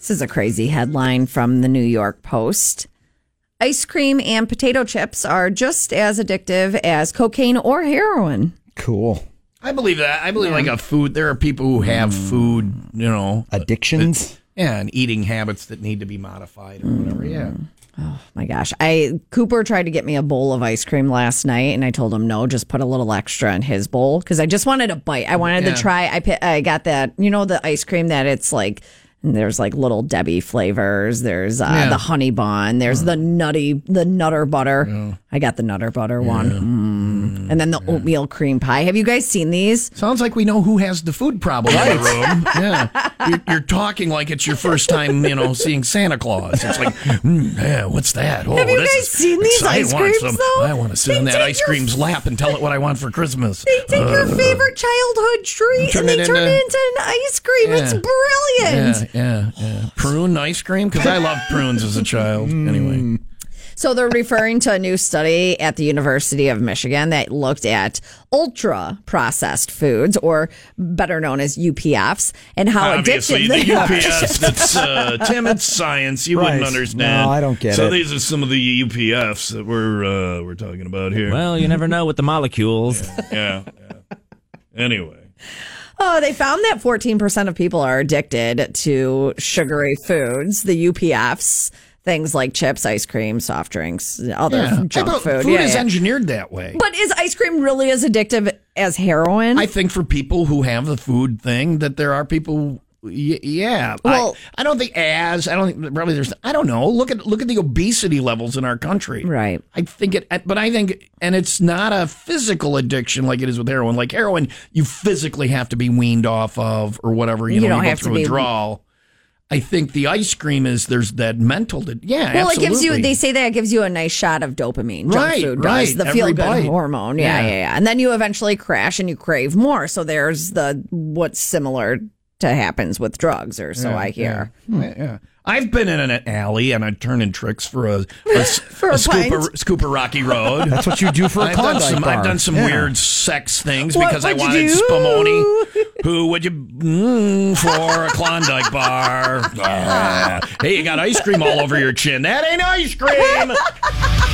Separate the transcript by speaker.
Speaker 1: This is a crazy headline from the New York Post. Ice cream and potato chips are just as addictive as cocaine or heroin.
Speaker 2: Cool.
Speaker 3: I believe that. I believe like a food. There are people who have food, you know,
Speaker 2: Addictions.
Speaker 3: yeah, and eating habits that need to be modified or whatever. Yeah.
Speaker 1: my gosh. I Cooper tried to get me a bowl of ice cream last night and I told him no, just put a little extra in his bowl cuz I just wanted a bite. I wanted
Speaker 3: Yeah.
Speaker 1: to try I pi- I got that, you know the ice cream that it's like and there's like little Debbie flavors, there's uh,
Speaker 3: Yeah.
Speaker 1: the honey bun, there's the nutty the nutter butter. I got the nutter butter one. Mm. And then the oatmeal cream pie. Have you guys seen these?
Speaker 3: Sounds like we know who has the food problem in the room. Yeah, you're, you're talking like it's your first time, you know, seeing Santa Claus. It's like, mm, yeah, what's that? Oh,
Speaker 1: Have you
Speaker 3: this
Speaker 1: guys
Speaker 3: is
Speaker 1: seen these
Speaker 3: exciting.
Speaker 1: ice
Speaker 3: I want
Speaker 1: creams,
Speaker 3: some-
Speaker 1: though?
Speaker 3: I want to sit
Speaker 1: They
Speaker 3: on that
Speaker 1: take
Speaker 3: ice
Speaker 1: your-
Speaker 3: cream's lap and tell it what I want for Christmas.
Speaker 1: They take your favorite childhood treat
Speaker 3: Uh. Turn
Speaker 1: and they
Speaker 3: it
Speaker 1: turn
Speaker 3: into-
Speaker 1: it into an ice cream. It's
Speaker 3: Yeah.
Speaker 1: brilliant.
Speaker 3: yeah, yeah, yeah. Prune ice cream because I loved prunes as a child. Anyway,
Speaker 1: So they're referring to a new study at the University of Michigan that looked at ultra processed foods, or better known as UPFs, and how addictive
Speaker 3: obviously the
Speaker 1: they are.
Speaker 3: UPFs. That's uh, Tim. It's science. You
Speaker 2: Right.
Speaker 3: wouldn't understand.
Speaker 2: No, I don't get
Speaker 3: so
Speaker 2: it.
Speaker 3: these are some of the UPFs that we're uh, we're talking about here.
Speaker 4: Well, you never know with the molecules.
Speaker 3: yeah. yeah. Anyway.
Speaker 1: Oh, they found that 14% of people are addicted to sugary foods, the UPFs, things like chips, ice cream, soft drinks, other
Speaker 3: Yeah.
Speaker 1: junk
Speaker 3: I thought
Speaker 1: food.
Speaker 3: food
Speaker 1: Yeah,
Speaker 3: is
Speaker 1: yeah.
Speaker 3: engineered that way.
Speaker 1: but is ice cream really as addictive as heroin?
Speaker 3: I think for people who have the food thing, that there are people. y- Yeah, I-
Speaker 1: Well-
Speaker 3: I, don't think as I don't think probably there's I don't know. Look at look at the obesity levels in our country.
Speaker 1: Right.
Speaker 3: I think it, but I think, and it's not a physical addiction like it is with heroin. Like heroin, you physically have to be weaned off of or whatever. You,
Speaker 1: You
Speaker 3: know,
Speaker 1: don't
Speaker 3: you
Speaker 1: have
Speaker 3: go
Speaker 1: to
Speaker 3: through
Speaker 1: be-
Speaker 3: withdrawal. I think the ice cream is there's that mental. di- Yeah,
Speaker 1: Well,
Speaker 3: absolutely.
Speaker 1: it gives you. They say that it gives you a nice shot of dopamine. Junk
Speaker 3: Right,
Speaker 1: food does
Speaker 3: right,
Speaker 1: the
Speaker 3: every
Speaker 1: feel good
Speaker 3: bite.
Speaker 1: hormone. Yeah, yeah,
Speaker 3: Yeah.
Speaker 1: yeah, And then you eventually crash and you crave more. So there's the what's similar to happens with drugs, or so I hear.
Speaker 3: Yeah, yeah. I've been in an alley and I'd turn in tricks for a, a, s-
Speaker 1: a
Speaker 3: a scoop,
Speaker 1: pint.
Speaker 3: of, scoop of Rocky Road.
Speaker 2: That's what you do for a
Speaker 3: I've done,
Speaker 2: Klondike
Speaker 3: some,
Speaker 2: bar.
Speaker 3: I've done some
Speaker 2: Yeah.
Speaker 3: weird sex things
Speaker 1: What
Speaker 3: because I
Speaker 1: would you
Speaker 3: wanted
Speaker 1: do?
Speaker 3: Spumoni. Who would you mm, for a Klondike bar? Ah. hey, you got ice cream all over your chin. That ain't ice cream.